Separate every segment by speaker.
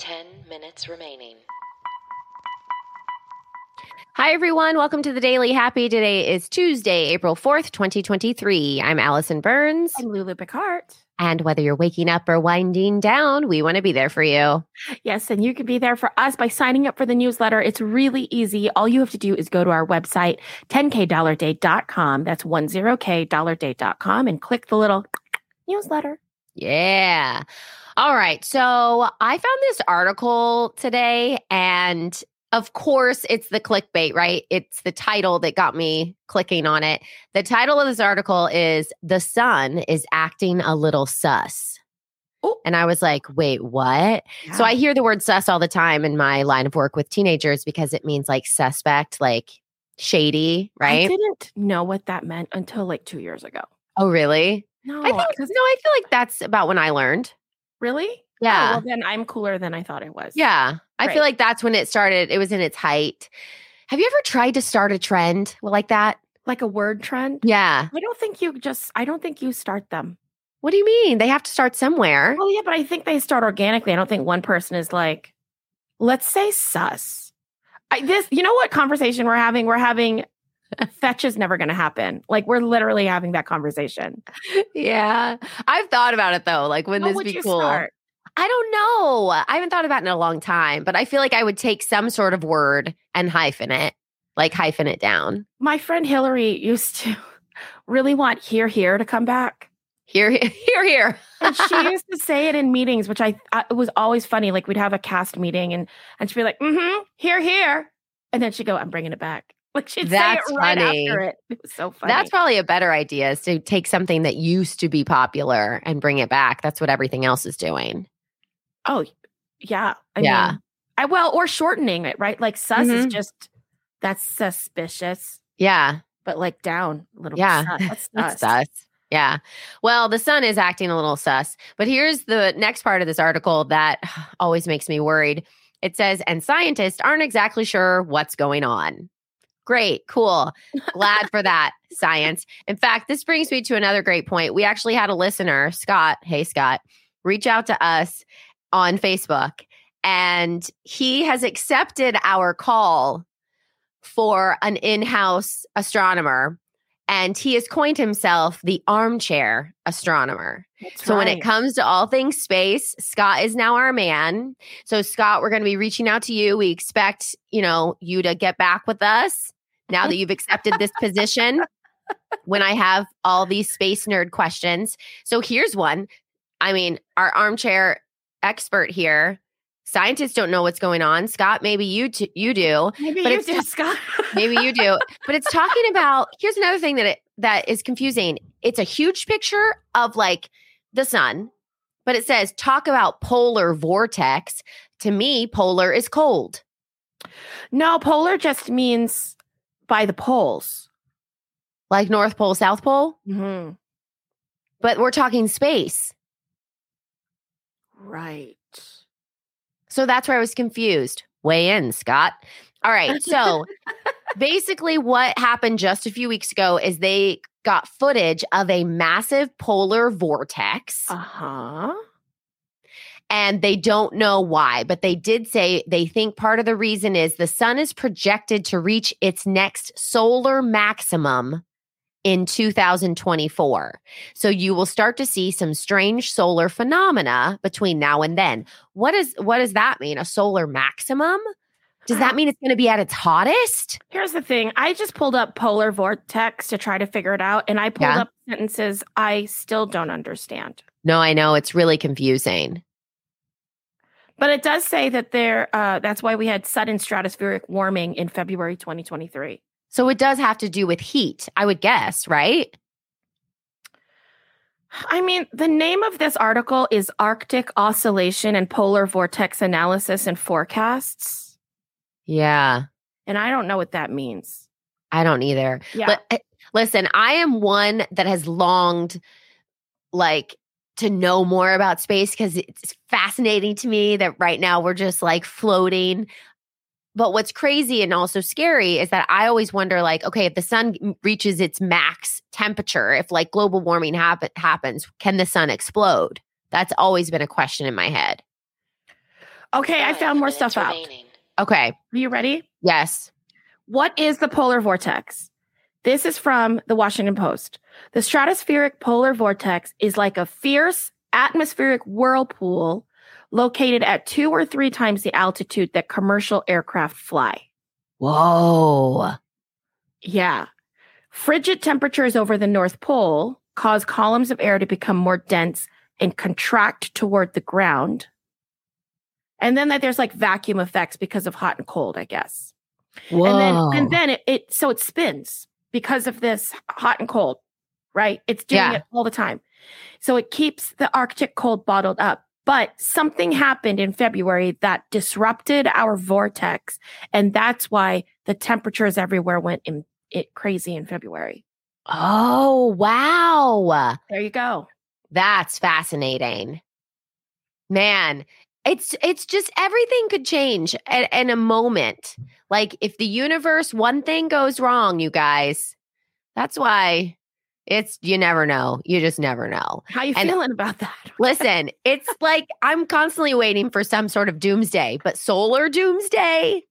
Speaker 1: 10 minutes remaining.
Speaker 2: Hi, everyone. Welcome to the Daily Happy. Today is Tuesday, April 4th, 2023. I'm Allison Burns.
Speaker 3: I'm Lulu Picard.
Speaker 2: And whether you're waking up or winding down, we want to be there for you.
Speaker 3: Yes, and you can be there for us by signing up for the newsletter. It's really easy. All you have to do is go to our website, 10kdollarday.com. That's 10kdollarday.com and click the little newsletter.
Speaker 2: Yeah. All right. So I found this article today, and of course, it's the clickbait, right? It's the title that got me clicking on it. The title of this article is The Sun is Acting a Little Sus.
Speaker 3: Oh.
Speaker 2: And I was like, wait, what? So I hear the word sus all the time in my line of work with teenagers because it means like suspect, like shady,
Speaker 3: I
Speaker 2: right?
Speaker 3: didn't know what that meant until like two years ago.
Speaker 2: Oh, really?
Speaker 3: No,
Speaker 2: I think, no,
Speaker 3: 'cause-
Speaker 2: I feel like Oh, that's Oh, about when I learned.
Speaker 3: really?
Speaker 2: Yeah.
Speaker 3: Oh, well, then I'm cooler than I thought I was.
Speaker 2: Yeah. I
Speaker 3: Right.
Speaker 2: feel like that's when it started. It was in its height. Have you ever tried to start a trend like that?
Speaker 3: Like a word trend.
Speaker 2: Yeah.
Speaker 3: I don't think you just, I don't think you start them.
Speaker 2: What do you mean? They have to start somewhere.
Speaker 3: Well, yeah, but I think they start organically. I don't think one person is like, let's say sus. I, this, you know what conversation we're having? We're having fetch is never going to happen. Like we're literally having that conversation.
Speaker 2: Yeah. I've thought about it though. Like, wouldn't
Speaker 3: How
Speaker 2: this
Speaker 3: would
Speaker 2: be
Speaker 3: you
Speaker 2: cool?
Speaker 3: start?
Speaker 2: I don't know. I haven't thought about it in a long time, but I feel like I would take some sort of word and hyphen it, like hyphen it down.
Speaker 3: My friend Hillary used to really want here here to come back.
Speaker 2: Here, here, here, here.
Speaker 3: and she used to say it in meetings, which I, I it was always funny. Like we'd have a cast meeting, and and she'd be like, "Mm-hmm, here, here," and then she'd go, "I'm bringing it back." Like she'd
Speaker 2: That's
Speaker 3: say it right
Speaker 2: funny.
Speaker 3: after it. It was so funny.
Speaker 2: That's probably a better idea is to take something that used to be popular and bring it back. That's what everything else is doing.
Speaker 3: oh, yeah, I
Speaker 2: Yeah.
Speaker 3: mean, I well, or shortening it, right? Like sus
Speaker 2: Mhm.
Speaker 3: is just that's suspicious,
Speaker 2: Yeah.
Speaker 3: but like down a little.
Speaker 2: Yeah,
Speaker 3: sus, that's
Speaker 2: That's
Speaker 3: sus.
Speaker 2: sus. Yeah. Well, the sun is acting a little sus. But here's the next part of this article that always makes me worried. It says, and scientists aren't exactly sure what's going on. Great, cool. Glad for that, science. In fact, this brings me to another great point. We actually had a listener, Scott, hey, Scott, reach out to us on Facebook, and he has accepted our call for an in house astronomer and he has coined himself the armchair astronomer.
Speaker 3: That's
Speaker 2: So when it
Speaker 3: right.
Speaker 2: comes to all things space, Scott is now our man. So Scott, we're going to be reaching out to you. We expect, you know, you to get back with us now that you've accepted this position when I have all these space nerd questions. So here's one. I mean, our armchair expert here, scientists don't know what's going on. Scott, maybe you t- you do
Speaker 3: maybe
Speaker 2: but
Speaker 3: you
Speaker 2: it's
Speaker 3: do, Scott.
Speaker 2: maybe you do but it's talking about here's another thing that it that is confusing it's a huge picture of like the sun but it says talk about polar vortex to me polar is cold
Speaker 3: no, polar just means by the poles.
Speaker 2: like north pole south pole Mm-hmm.
Speaker 3: Mhm.
Speaker 2: but we're talking space
Speaker 3: Right.
Speaker 2: so that's where i was confused weigh in scott all right so basically what happened just a few weeks ago is they got footage of a massive polar vortex
Speaker 3: Uh huh.
Speaker 2: and they don't know why, but they did say they think part of the reason is the sun is projected to reach its next solar maximum in 2024. So you will start to see some strange solar phenomena between now and then. What is what does that mean? A solar maximum? Does that mean it's going to be at its hottest?
Speaker 3: Here's the thing. I just pulled up polar vortex to try to figure it out, and I pulled
Speaker 2: Yeah.
Speaker 3: up sentences I still don't understand.
Speaker 2: No, I know it's really confusing.
Speaker 3: But it does say that there. Uh, that's why we had sudden stratospheric warming in February 2023.
Speaker 2: So it does have to do with heat, I would guess, right?
Speaker 3: I mean, the name of this article is Arctic Oscillation and Polar Vortex Analysis and Forecasts,
Speaker 2: Yeah,
Speaker 3: and I don't know what that means.
Speaker 2: I don't either.
Speaker 3: Yeah,
Speaker 2: But uh, listen, I am one that has longed like to know more about space because it's fascinating to me that right now we're just like floating. But what's crazy and also scary is that I always wonder like, okay, if the sun m- reaches its max temperature, if like global warming hap- happens, can the sun explode? That's always been a question in my head.
Speaker 3: Okay, I
Speaker 1: Five
Speaker 3: found more
Speaker 1: minutes
Speaker 3: stuff out.
Speaker 1: remaining.
Speaker 2: Okay.
Speaker 3: Are you ready?
Speaker 2: Yes.
Speaker 3: What is the polar vortex? This is from the Washington Post. The stratospheric polar vortex is like a fierce atmospheric whirlpool located at two or three times the altitude that commercial aircraft fly.
Speaker 2: Whoa.
Speaker 3: Yeah. Frigid temperatures over the North Pole cause columns of air to become more dense and contract toward the ground. And then that there's like vacuum effects because of hot and cold, I guess.
Speaker 2: Whoa.
Speaker 3: And then and then it, it so it spins because of this hot and cold, right? It's doing
Speaker 2: Yeah.
Speaker 3: it all the time. So it keeps the Arctic cold bottled up. But something happened in February that disrupted our vortex. And that's why the temperatures everywhere went in, it crazy in February.
Speaker 2: oh, wow.
Speaker 3: There you go.
Speaker 2: That's fascinating. Man, it's it's just everything could change at, in a moment. Like if the universe one thing goes wrong, you guys. That's why it's you never know. You just never know.
Speaker 3: How you
Speaker 2: And-
Speaker 3: feeling about that?
Speaker 2: Listen, it's like I'm constantly waiting for some sort of doomsday, but solar doomsday?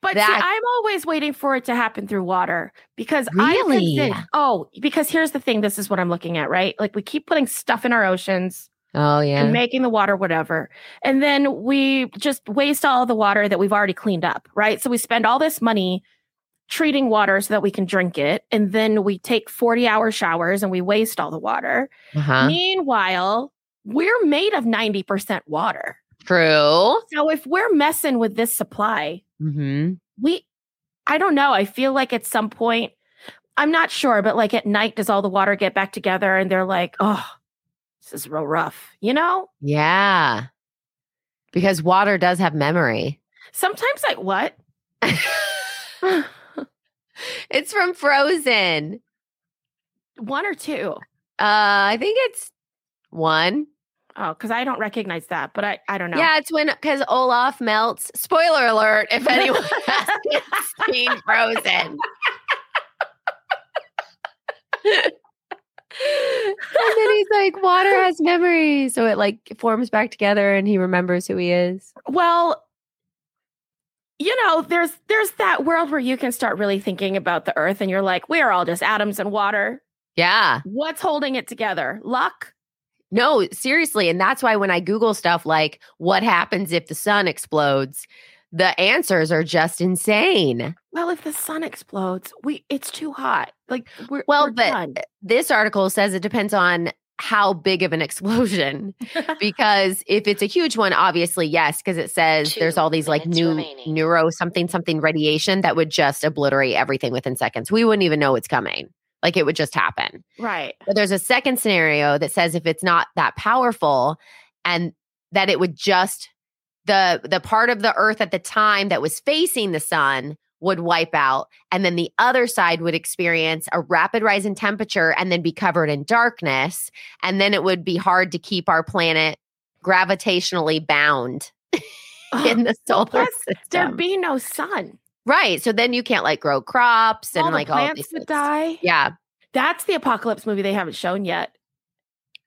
Speaker 3: But
Speaker 2: That-
Speaker 3: see, I'm always waiting for it to happen through water because I have been
Speaker 2: Really?
Speaker 3: saying- oh, because here's the thing. This is what I'm looking at, right? Like we keep putting stuff in our oceans
Speaker 2: Oh
Speaker 3: and
Speaker 2: yeah.
Speaker 3: making the water whatever, and then we just waste all the water that we've already cleaned up, right? So we spend all this money treating water so that we can drink it, and then we take 40 hour showers and we waste all the water.
Speaker 2: Uh-huh.
Speaker 3: Meanwhile, we're made of 90% water.
Speaker 2: True.
Speaker 3: So if we're messing with this supply,
Speaker 2: Mm-hmm.
Speaker 3: we i don't know i feel like at some point i'm not sure but like at night does all the water get back together and they're like oh this is real rough you know
Speaker 2: Yeah. Because water does have memory.
Speaker 3: sometimes like what
Speaker 2: It's from Frozen.
Speaker 3: one or two
Speaker 2: Uh, I think it's one.
Speaker 3: Oh, because I don't recognize that, but I, I don't know.
Speaker 2: Yeah, it's when because Olaf melts. Spoiler alert! If anyone hasn't seen Frozen, and then he's like, "Water has memories," so it like forms back together, and he remembers who he is.
Speaker 3: Well, you know, there's there's that world where you can start really thinking about the earth and you're like, we're all just atoms and water.
Speaker 2: Yeah.
Speaker 3: What's holding it together? Luck?
Speaker 2: No, seriously, and that's why when I Google stuff like "What happens if the sun explodes," the answers are just insane.
Speaker 3: Well, if the sun explodes, we it's too hot. Like we're
Speaker 2: Well,
Speaker 3: we're
Speaker 2: but-
Speaker 3: done.
Speaker 2: this article says it depends on how big of an explosion because if it's a huge one obviously yes because it says there's
Speaker 1: Two
Speaker 2: all these like
Speaker 1: minutes
Speaker 2: new
Speaker 1: remaining.
Speaker 2: neuro something something radiation that would just obliterate everything within seconds we wouldn't even know it's coming like it would just happen
Speaker 3: right.
Speaker 2: but there's a second scenario that says if it's not that powerful and that it would just the the part of the earth at the time that was facing the sun would wipe out and then the other side would experience a rapid rise in temperature and then be covered in darkness and then it would be hard to keep our planet gravitationally bound in the solar
Speaker 3: Plus,
Speaker 2: system
Speaker 3: There'd be no sun.
Speaker 2: right so then you can't like grow crops
Speaker 3: all
Speaker 2: and
Speaker 3: the
Speaker 2: like all
Speaker 3: plants
Speaker 2: these things.
Speaker 3: would die.
Speaker 2: yeah
Speaker 3: That's the apocalypse movie they haven't shown yet.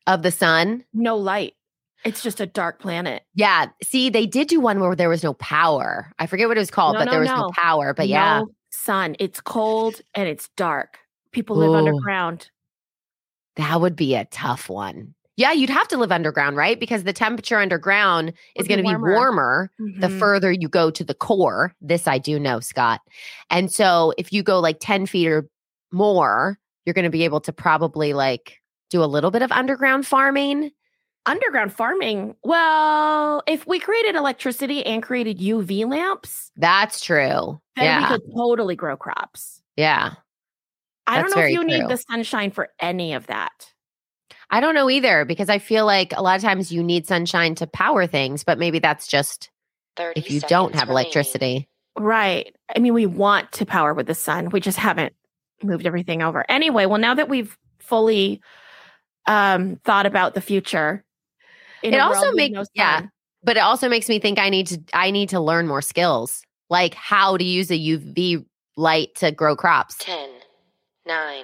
Speaker 2: of the sun
Speaker 3: No light. It's just a dark planet.
Speaker 2: Yeah. See, they did do one where there was no power. I forget what it was called,
Speaker 3: No,
Speaker 2: but
Speaker 3: no,
Speaker 2: there was no,
Speaker 3: no.
Speaker 2: power. But yeah.
Speaker 3: No sun. It's cold and it's dark. People live
Speaker 2: Ooh.
Speaker 3: underground.
Speaker 2: That would be a tough one. Yeah, you'd have to live underground, right? Because the temperature underground is
Speaker 3: Would
Speaker 2: going
Speaker 3: be
Speaker 2: to be
Speaker 3: warmer.
Speaker 2: warmer the
Speaker 3: Mhm.
Speaker 2: further you go to the core. This I do know, Scott. And so if you go like 10 feet or more, you're going to be able to probably like do a little bit of underground farming.
Speaker 3: underground farming. Well, if we created electricity and created UV lamps,
Speaker 2: That's true.
Speaker 3: then
Speaker 2: yeah.
Speaker 3: we could totally grow crops.
Speaker 2: yeah.
Speaker 3: I
Speaker 2: That's
Speaker 3: don't know
Speaker 2: very
Speaker 3: if you
Speaker 2: true.
Speaker 3: need the sunshine for any of that.
Speaker 2: I don't know either because I feel like a lot of times you need sunshine to power things, but maybe that's just
Speaker 1: 30
Speaker 2: if you don't
Speaker 1: seconds
Speaker 2: have
Speaker 1: remaining.
Speaker 2: electricity.
Speaker 3: Right. I mean, we want to power with the sun. We just haven't moved everything over. Anyway, well, now that we've fully um thought about the future, in
Speaker 2: It
Speaker 3: a
Speaker 2: also
Speaker 3: world with
Speaker 2: make- yeah.
Speaker 3: sun,
Speaker 2: But it also makes me think I need to I need to learn more skills, like how to use a UV light to grow crops.
Speaker 1: 10, 9,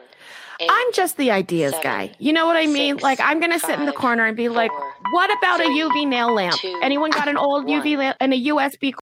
Speaker 1: eight,
Speaker 3: I'm just the ideas guy.
Speaker 1: seven,
Speaker 3: You know what I mean?
Speaker 1: six,
Speaker 3: like I'm gonna sit in the
Speaker 1: five,
Speaker 3: corner and be like,
Speaker 1: four,
Speaker 3: What about a UV nail lamp?
Speaker 1: Two.
Speaker 3: Anyone got an old
Speaker 1: One.
Speaker 3: UV lamp and a USB